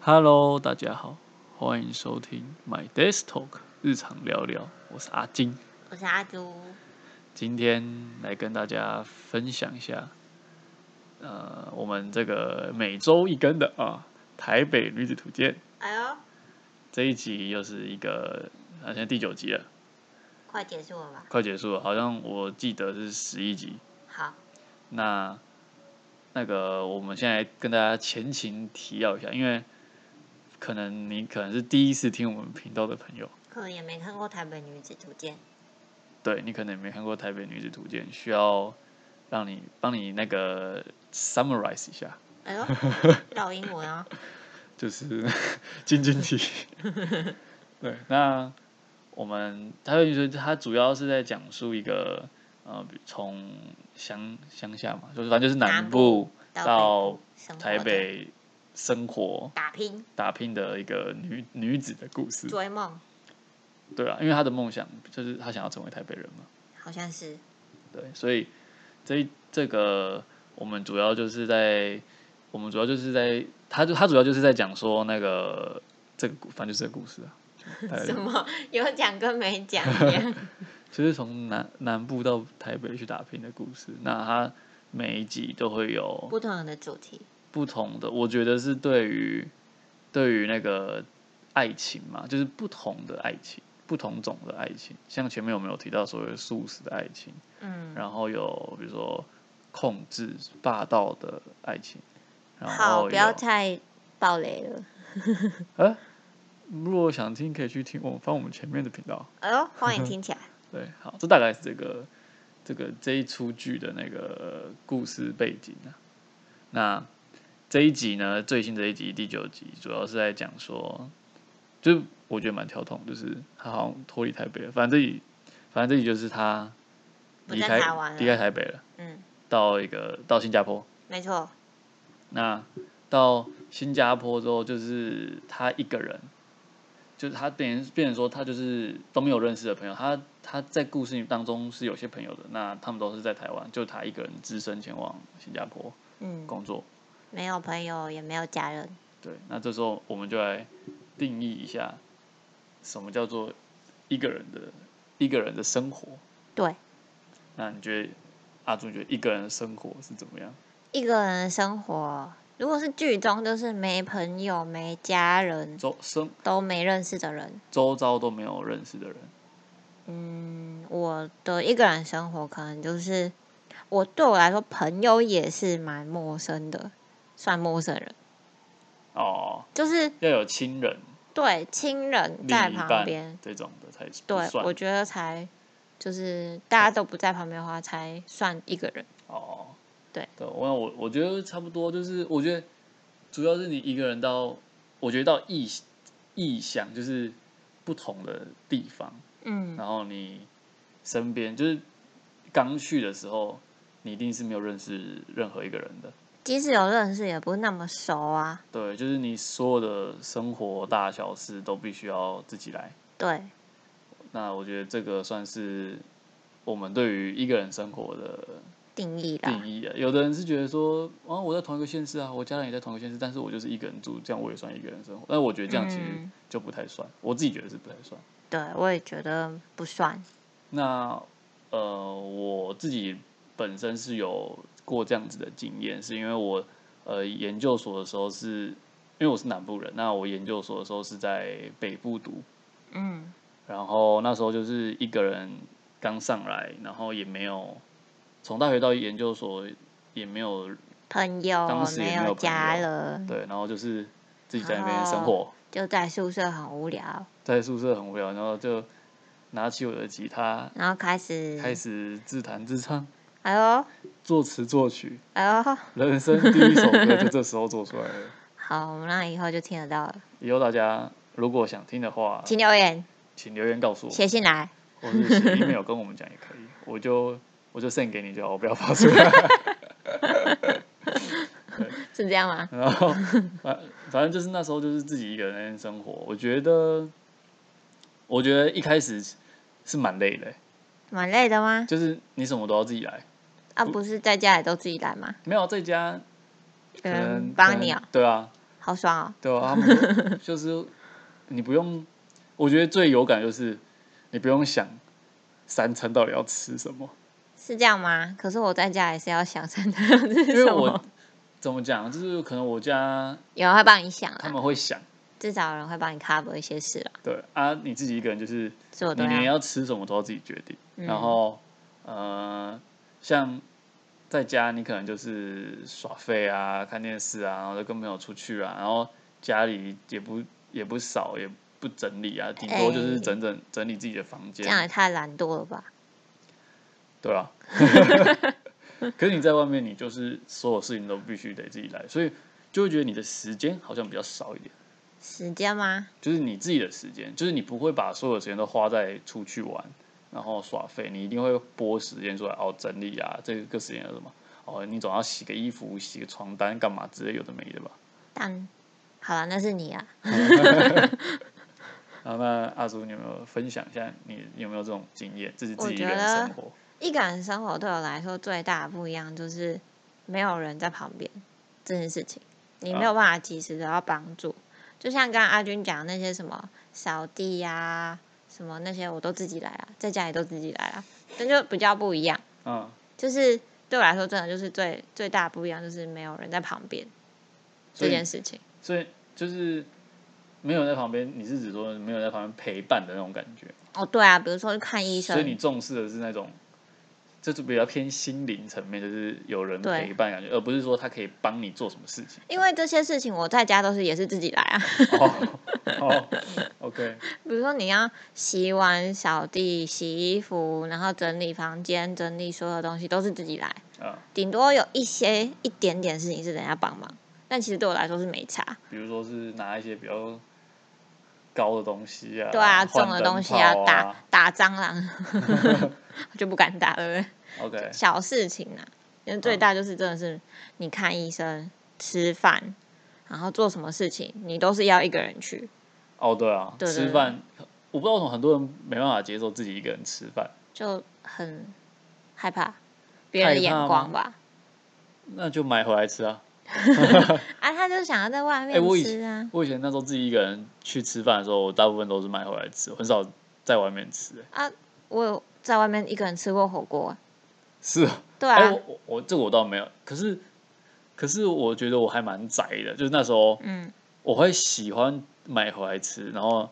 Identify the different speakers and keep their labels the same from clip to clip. Speaker 1: Hello，大家好，欢迎收听 My Desk Talk 日常聊聊，我是阿金，
Speaker 2: 我是阿朱。
Speaker 1: 今天来跟大家分享一下，呃，我们这个每周一更的啊台北女子图鉴
Speaker 2: 哎呦，
Speaker 1: 这一集又是一个，啊，现在第九集了，
Speaker 2: 快结束了吧？
Speaker 1: 快结束了，好像我记得是十一集。
Speaker 2: 好，
Speaker 1: 那那个我们现在跟大家前情提要一下，因为可能你可能是第一次听我们频道的朋友。
Speaker 2: 可能也没看过《台北女子图鉴》。
Speaker 1: 对你可能也没看过《台北女子图鉴》，需要让你帮你那个 summarize 一下，
Speaker 2: 哎 呦，绕英文啊！
Speaker 1: 就是 晶晶体。 对，那我们《台北女子》它主要是在讲述一个呃，比从乡乡下嘛，就是反正就是南
Speaker 2: 南
Speaker 1: 部
Speaker 2: 到北部生活
Speaker 1: 台
Speaker 2: 着
Speaker 1: 北生活
Speaker 2: 打拼、
Speaker 1: 打拼的一个女女子的故事。
Speaker 2: 追梦，
Speaker 1: 对啊，因为她的梦想就是她想要成为台北人嘛。
Speaker 2: 好像是
Speaker 1: 对，所以这一这个我们主要就是在我们主要就是在他就他主要就是在讲说那个这个故反正就是这个故 事啊，大概
Speaker 2: 什么？有讲跟没讲 一样。
Speaker 1: 就是从南南部到台北去打拼的故事。那他每一集都会有
Speaker 2: 不同的主题，
Speaker 1: 不同的，我觉得是对于对于那个爱情嘛，就是不同的爱情，不同种的爱情。像前面我们有提到所谓的素食的爱情，
Speaker 2: 嗯，
Speaker 1: 然后有比如说控制霸道的爱情，然后
Speaker 2: 好，
Speaker 1: 有
Speaker 2: 不要太暴雷了。
Speaker 1: 呃，如果想听可以去听我们翻我们前面的频道，
Speaker 2: 哎呦，欢迎听起 来。
Speaker 1: 对，好，这大概是这个这个这一出剧的那个故事背景啊。那这一集呢，最新这一集第九集，主要是在讲说，就是我觉得蛮跳痛，就是他好像脱离台北了，反正这里反正这里就是他
Speaker 2: 不
Speaker 1: 离
Speaker 2: 在
Speaker 1: 开
Speaker 2: 台湾
Speaker 1: 离
Speaker 2: 了
Speaker 1: 开台北了，
Speaker 2: 嗯，
Speaker 1: 到一个到新加坡，
Speaker 2: 没错，
Speaker 1: 那到新加坡之后，就是他一个人，就是他变成变成说他就是都没有认识的朋友，他他在故事当中是有些朋友的，那他们都是在台湾，就他一个人只身前往新加坡
Speaker 2: 嗯，
Speaker 1: 工作。
Speaker 2: 没有朋友，也没有家人。
Speaker 1: 对，那这时候我们就来定义一下，什么叫做一个人的一个人的生活。
Speaker 2: 对，
Speaker 1: 那你觉得阿朱你觉得一个人的生活是怎么样？
Speaker 2: 一个人的生活，如果是剧中，就是没朋友、没家人，
Speaker 1: 周生
Speaker 2: 都没认识的人。
Speaker 1: 周遭都没有认识的人，
Speaker 2: 嗯，我的一个人生活可能就是，我对我来说，朋友也是蛮陌生的，算陌生人，
Speaker 1: 哦，
Speaker 2: 就是
Speaker 1: 要有亲人。
Speaker 2: 对亲人在
Speaker 1: 另一
Speaker 2: 旁
Speaker 1: 半
Speaker 2: 边，
Speaker 1: 这种的才不
Speaker 2: 对
Speaker 1: 算
Speaker 2: 我觉得才就是大家都不在旁边的话，才算一个人。
Speaker 1: 哦。
Speaker 2: 对
Speaker 1: 对，我我我觉得差不多，就是我觉得主要是你一个人到，我觉得到异异乡就是不同的地方，
Speaker 2: 嗯，
Speaker 1: 然后你身边就是刚去的时候，你一定是没有认识任何一个人的。
Speaker 2: 即使有认识，也不是那么熟啊。
Speaker 1: 对，就是你所有的生活大小事都必须要自己来。
Speaker 2: 对，
Speaker 1: 那我觉得这个算是我们对于一个人生活的
Speaker 2: 定义啦
Speaker 1: 定，义啊。有的人是觉得说，啊，我在同一个县市啊，我家人也在同一个县市，但是我就是一个人住，这样我也算一个人生活。但我觉得这样其实
Speaker 2: 嗯
Speaker 1: 就不太算，我自己觉得是不太算。
Speaker 2: 对我也觉得不算。
Speaker 1: 那呃，我自己本身是有过这样子的经验，是因为我呃研究所的时候是，因为我是南部人，那我研究所的时候是在北部读，
Speaker 2: 嗯，
Speaker 1: 然后那时候就是一个人刚上来，然后也没有从大学到研究所也没没有
Speaker 2: 朋友
Speaker 1: 当时也
Speaker 2: 没
Speaker 1: 没有
Speaker 2: 有
Speaker 1: 朋
Speaker 2: 家
Speaker 1: 友
Speaker 2: 人，
Speaker 1: 对，然后就是自己在那边生活，
Speaker 2: 就在宿舍很无聊，
Speaker 1: 在宿舍很无聊，然后就拿起我的吉他，
Speaker 2: 然后开始
Speaker 1: 开始自弹自唱，
Speaker 2: 哎呦，
Speaker 1: 作词作曲，
Speaker 2: 哎呦，
Speaker 1: 人生第一首歌就这时候做出来了。
Speaker 2: 好，我们那以后就听得到了，
Speaker 1: 以后大家如果想听的话，
Speaker 2: 请留言，
Speaker 1: 请留言告诉我，
Speaker 2: 写信来。
Speaker 1: 或是写 email 跟我们讲也可以，我就我就 send 给你就好，我不要发出来。
Speaker 2: 是这样吗？
Speaker 1: 然后反反正就是那时候就是自己一个人在那边生活，我觉得我觉得一开始是蛮累的、欸
Speaker 2: 蛮累的吗？
Speaker 1: 就是你什么都要自己来。
Speaker 2: 啊，不是在家里都自己来吗？
Speaker 1: 没有在家，
Speaker 2: 有
Speaker 1: 可能
Speaker 2: 人帮你啊、
Speaker 1: 可能对啊，
Speaker 2: 好爽哦！
Speaker 1: 对 啊，他们就就是你不用，我觉得最有感就是你不用想三餐到底要吃什么，
Speaker 2: 是这样吗？可是我在家也是要想三餐要吃
Speaker 1: 因为
Speaker 2: 什
Speaker 1: 我
Speaker 2: 么，
Speaker 1: 怎么讲，就是可能我家
Speaker 2: 有人会帮你想
Speaker 1: 他
Speaker 2: 啦，
Speaker 1: 们会想，
Speaker 2: 至少有人会帮你 cover 一些事啦，
Speaker 1: 对啊，你自己一个人就是
Speaker 2: 是我都
Speaker 1: 你连
Speaker 2: 要。
Speaker 1: 要吃什么都要自己决定，
Speaker 2: 嗯
Speaker 1: 然后呃，像在家你可能就是耍废啊、看电视啊，然后就跟朋友出去啊，然后家里也不也不扫也不整理啊，顶多就是
Speaker 2: 哎
Speaker 1: 整整整理自己的房
Speaker 2: 这
Speaker 1: 间，
Speaker 2: 样也太懒惰了吧？
Speaker 1: 对 啊。可是你在外面，你就是所有事情都必须得自己来，所以就会觉得你的时间好像比较少一点，
Speaker 2: 时间吗？
Speaker 1: 就是你自己的时间，就是你不会把所有时间都花在出去玩，然后耍废，你一定会拨时间出来哦，整理啊，这个时间有什么哦，你总要洗个衣服、洗个床单干嘛之类有的没的吧。
Speaker 2: 但好了，那是你啊。
Speaker 1: 然后啊那阿叔，你有没有分享一下你有没有这种经验，自己
Speaker 2: 我
Speaker 1: 自己一
Speaker 2: 觉
Speaker 1: 个人
Speaker 2: 得
Speaker 1: 生活？
Speaker 2: 一个人生活对我来说最大的不一样就是没有人在旁边这件事情，你
Speaker 1: 啊
Speaker 2: 没有办法及时得到帮助。就像刚刚阿军讲的那些什么扫地呀、什么那些我都自己来啊，在家里都自己来啊，那就比较不一样。
Speaker 1: 嗯，
Speaker 2: 就是对我来说，真的就是最最大的不一样就是没有人在旁边
Speaker 1: 所
Speaker 2: 这
Speaker 1: 以
Speaker 2: 件事情。
Speaker 1: 所以就是没有人在旁边，你是指说没有人在旁边陪伴的那种感觉？
Speaker 2: 哦，对啊，比如说去看医
Speaker 1: 所以你
Speaker 2: 生，
Speaker 1: 重视的是那种，这就比较偏心灵层面，就是有人
Speaker 2: 对
Speaker 1: 陪伴感觉，而不是说他可以帮你做什么事
Speaker 2: 。
Speaker 1: 情
Speaker 2: 因为这些事情我在家都是也是自己来啊。
Speaker 1: 哦，哦，OK，
Speaker 2: 比如说你要洗碗、扫地、洗衣服，然后整理房间、整理所有东西都是自己来，
Speaker 1: 啊，
Speaker 2: 顶多有一些一点点事情是人家帮忙，但其实对我来说是没差。
Speaker 1: 比如说是拿一些比较高的东西啊，
Speaker 2: 对啊，
Speaker 1: 换
Speaker 2: 重的
Speaker 1: 灯
Speaker 2: 东西
Speaker 1: 泡
Speaker 2: 啊
Speaker 1: 啊，，
Speaker 2: 打打蟑螂， 我就不敢打了。
Speaker 1: OK，
Speaker 2: 小事情啊，因为最大就是真的是你看医生、吃饭，然后做什么事情，你都是要一个人去。
Speaker 1: 哦，对啊，
Speaker 2: 对对
Speaker 1: 吃
Speaker 2: 对
Speaker 1: 饭，我不知道为什么很多人没办法接受自己一个人吃饭，
Speaker 2: 就很害怕别人的
Speaker 1: 害怕
Speaker 2: 眼光吧。
Speaker 1: 那就买回来吃啊。
Speaker 2: 啊，他就想要在外
Speaker 1: 哎
Speaker 2: 面
Speaker 1: 我以
Speaker 2: 吃啊。
Speaker 1: 我以前那时候自己一个人去吃饭的时候，我大部分都是买回来吃，我很少在外面吃、欸
Speaker 2: 我有在外面一个人吃过火锅，
Speaker 1: 是啊。
Speaker 2: 对
Speaker 1: 哎、
Speaker 2: 啊，
Speaker 1: 我我我这个我倒没有，可是可是我觉得我还蛮宅的，就是那时候
Speaker 2: 嗯，
Speaker 1: 我会喜欢买回来吃，然后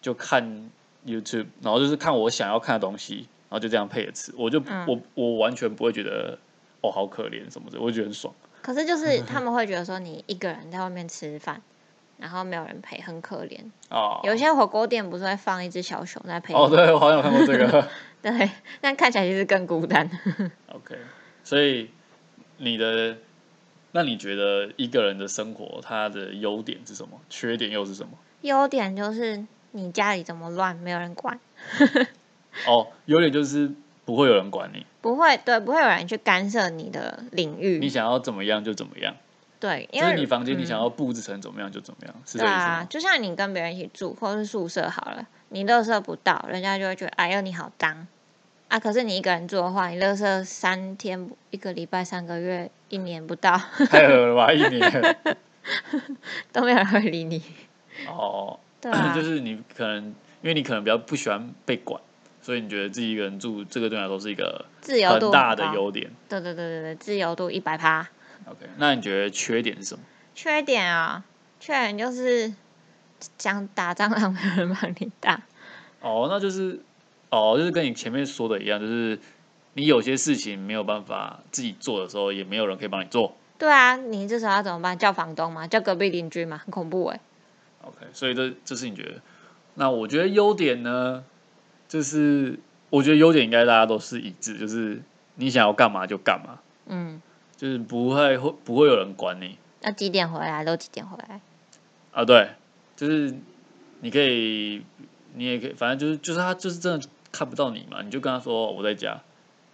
Speaker 1: 就看 YouTube，然后就是看我想要看的东西，然后就这样配着吃，我就、
Speaker 2: 嗯
Speaker 1: 我我完全不会觉得哦好可怜什么的，我会觉得很爽。
Speaker 2: 可是
Speaker 1: 嗯
Speaker 2: 就是他们会觉得说你一个人在外面吃饭，然后没有人陪，很可怜。
Speaker 1: 啊。
Speaker 2: 有一些火锅店不是会放一只小熊在陪你？
Speaker 1: 哦，对，我好像有看过这个。
Speaker 2: 对，但看起来其实更孤单。
Speaker 1: OK，所 以你的。那你觉得一个人的生活，它的优点是什么？缺点又是什么？
Speaker 2: 优点就是你家里怎么乱，没有人管，
Speaker 1: 哦，优点就是不会有人管你，
Speaker 2: 不会对，不会有人去干涉你的领
Speaker 1: 你
Speaker 2: 域。
Speaker 1: 想要怎么样就怎么样，
Speaker 2: 对，因
Speaker 1: 就
Speaker 2: 为
Speaker 1: 是你房间你
Speaker 2: 嗯
Speaker 1: 想要布置成怎么样就怎么样，是这
Speaker 2: 对
Speaker 1: 个意思
Speaker 2: 啊
Speaker 1: 吗，？
Speaker 2: 就像你跟别人一起住，或是宿舍好了，你垃圾不到，人家就会觉得哎呦你好脏啊。可是你一个人住的话，你垃圾三天、一个礼拜、三个月、一年不到
Speaker 1: 太恶了吧，一年
Speaker 2: 都没有人会理你。
Speaker 1: 哦，
Speaker 2: 对 啊，
Speaker 1: 就是你可能因为你可能比较不喜欢被管，所以你觉得自己一个人住，这个对你来说是一个
Speaker 2: 自由
Speaker 1: 很
Speaker 2: 度
Speaker 1: 大
Speaker 2: 很
Speaker 1: 的
Speaker 2: 高。
Speaker 1: 优点。
Speaker 2: 对对对对对，自由度一百趴。
Speaker 1: OK，那你觉得缺点是什么？
Speaker 2: 缺点啊、缺点就是想打蟑螂没有人帮你打。
Speaker 1: 哦，那就是哦，就是跟你前面说的一样，就是你有些事情没有办法自己做的时候，也没有人可以帮你做。
Speaker 2: 对啊，你这时候要怎么办？叫房东吗？叫隔壁邻居吗？很恐怖哎、
Speaker 1: OK，所以这这是你觉得。那我觉得优点呢，就是我觉得优点应该大家都是一致，就是你想要干嘛就干嘛，
Speaker 2: 嗯，
Speaker 1: 就是不会会不会有人管你
Speaker 2: 那几点回来？都几点回来？
Speaker 1: 啊？对，就是你可以，你也可以，反正就是就是他就是真的看不到你嘛，你就跟他说哦我在家，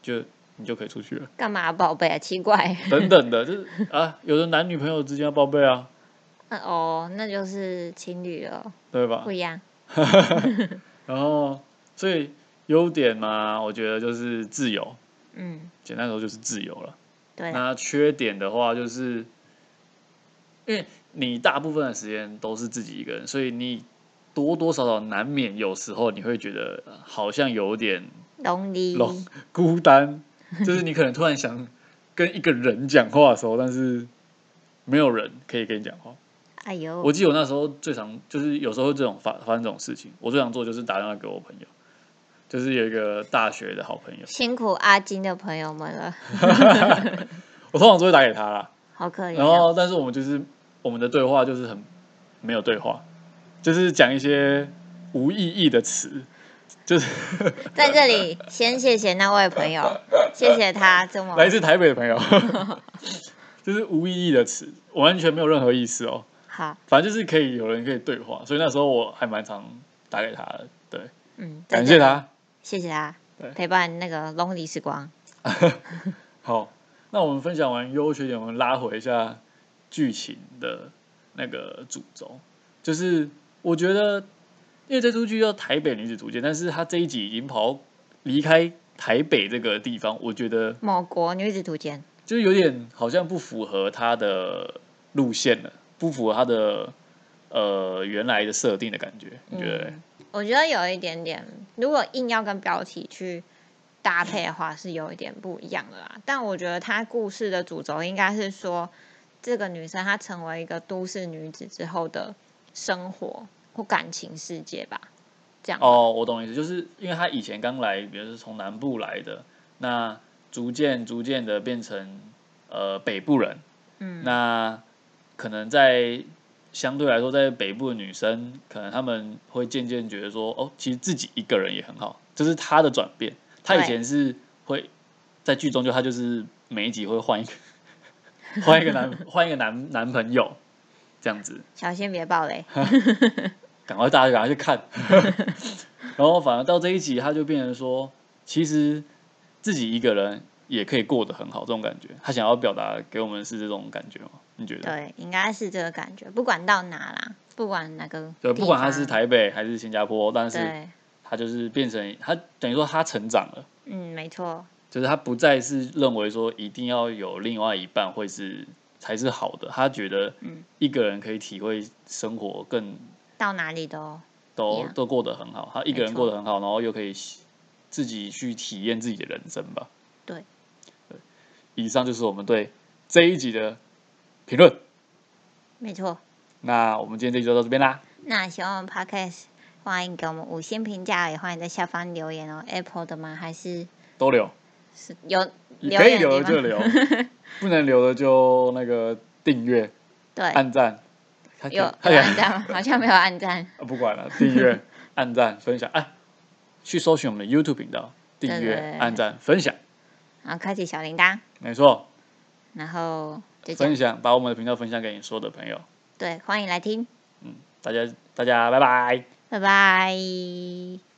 Speaker 1: 就你就可以出去了，
Speaker 2: 干嘛啊、宝贝啊？奇怪。
Speaker 1: 等等的，就是啊，有的男女朋友之间要报备啊，
Speaker 2: 那哦，那就是情侣了，
Speaker 1: 对吧？
Speaker 2: 不一样。
Speaker 1: 然后所以优点嘛，我觉得就是自由，
Speaker 2: 嗯，
Speaker 1: 简单说就是自由了。
Speaker 2: 对啦，
Speaker 1: 那缺点的话，就是因为你大部分的时间都是自己一个人，所以你多多少少难免有时候你会觉得呃好像有点
Speaker 2: lonely，
Speaker 1: 龙孤单，就是你可能突然想跟一个人讲话的时候，但是没有人可以跟你讲话。
Speaker 2: 哎呦，
Speaker 1: 我记得我那时候最常就是有时候这种发发生这种事情，我最常做就是打电话给我朋友，就是有一个大学的好朋友，
Speaker 2: 辛苦阿金的朋友们了，
Speaker 1: 我通常都会打给他啦。
Speaker 2: 好可怜、
Speaker 1: 然
Speaker 2: 哦。
Speaker 1: 后，但是我们就是我们的对话就是很没有对话，就是讲一些无意义的词，就是
Speaker 2: 在这里先谢谢那位朋友，谢谢他这么
Speaker 1: 来自台北的朋友， 就是无意义的词，完全没有任何意思哦。
Speaker 2: 好，
Speaker 1: 反正就是可以有人可以对话，所以那时候我还蛮常打给他的，对，
Speaker 2: 嗯，在
Speaker 1: 感
Speaker 2: 这
Speaker 1: 谢
Speaker 2: 里，
Speaker 1: 他。
Speaker 2: 谢谢他
Speaker 1: 对
Speaker 2: 陪伴那个 lonely 时光。
Speaker 1: 好，那我们分享完优缺点，我们拉回一下剧情的那个主轴，就是我觉得，因为这出剧叫《台北女子图鉴》，但是他这一集已经跑到离开台北这个地方，我觉得
Speaker 2: 某国女子图鉴，
Speaker 1: 就是有点好像不符合他的路线了，不符合他的呃原来的设定的感觉，你觉得嘞？
Speaker 2: 嗯，我觉得有一点点，如果硬要跟标题去搭配的话，是有一点不一样的啦。但我觉得它故事的主轴应该是说，这个女生她成为一个都市女子之后的生活或感情世界吧，这样吧。
Speaker 1: 哦，我懂意思，就是因为他以前刚来，比如是从南部来的，那逐渐逐渐的变成呃北部人，
Speaker 2: 嗯，
Speaker 1: 那可能在相对来说，在北部的女生，可能她们会渐渐觉得说，哦，其实自己一个人也很好，这是她的转变。她以
Speaker 2: 对
Speaker 1: 前是会在剧中就她就是每一集会换一个 换一个男换一个男男朋友这样子，
Speaker 2: 小心别 爆雷。
Speaker 1: 赶快大家赶快去看。然后反而到这一集，他就变成说，其实自己一个人也可以过得很好，这种感觉。他想要表达给我们是这种感觉吗？你觉得？
Speaker 2: 对，应该是这个感觉，不管到哪啦，不管哪个
Speaker 1: 对，
Speaker 2: 地
Speaker 1: 不管他是
Speaker 2: 方
Speaker 1: 台北还是新加坡，但是
Speaker 2: 对，
Speaker 1: 他就是变成他等于说他成长了，
Speaker 2: 嗯，没错，
Speaker 1: 就是他不再是认为说一定要有另外一半会是才是好的，他觉得
Speaker 2: 嗯
Speaker 1: 一个人可以体会生活更
Speaker 2: 到哪里都
Speaker 1: 都
Speaker 2: Yeah
Speaker 1: 都过得很好，他一个
Speaker 2: 没
Speaker 1: 人
Speaker 2: 错
Speaker 1: 过得很好，然后又可以喜自己去体验自己的人生吧。
Speaker 2: 对
Speaker 1: 对，以上就是我们对这一集的评论。
Speaker 2: 没错。
Speaker 1: 那我们今天这集就到这边啦。
Speaker 2: 那喜欢我们 podcast，欢迎给我们五星评价，也欢迎在下方留言哦。Apple 的吗？还是
Speaker 1: 都留，
Speaker 2: 是有留
Speaker 1: 可以
Speaker 2: 言
Speaker 1: 留
Speaker 2: 的
Speaker 1: 的就
Speaker 2: 吗？
Speaker 1: 留，不能留的就那个订阅、
Speaker 2: 对，
Speaker 1: 按赞。他可以
Speaker 2: 有有
Speaker 1: 他可以
Speaker 2: 按赞吗？好像没有按赞。
Speaker 1: 啊 不管了，订阅、按赞、分享，哎，去搜寻我们的 YouTube 频道，订
Speaker 2: 对
Speaker 1: 阅
Speaker 2: 对对、
Speaker 1: 按赞、分享，
Speaker 2: 然后开启小铃铛，
Speaker 1: 没错，
Speaker 2: 然后就这
Speaker 1: 分
Speaker 2: 样。
Speaker 1: 享，把我们的频道分享给你所有的朋友。
Speaker 2: 对，欢迎来听，
Speaker 1: 嗯，大家大家拜拜。
Speaker 2: 拜拜。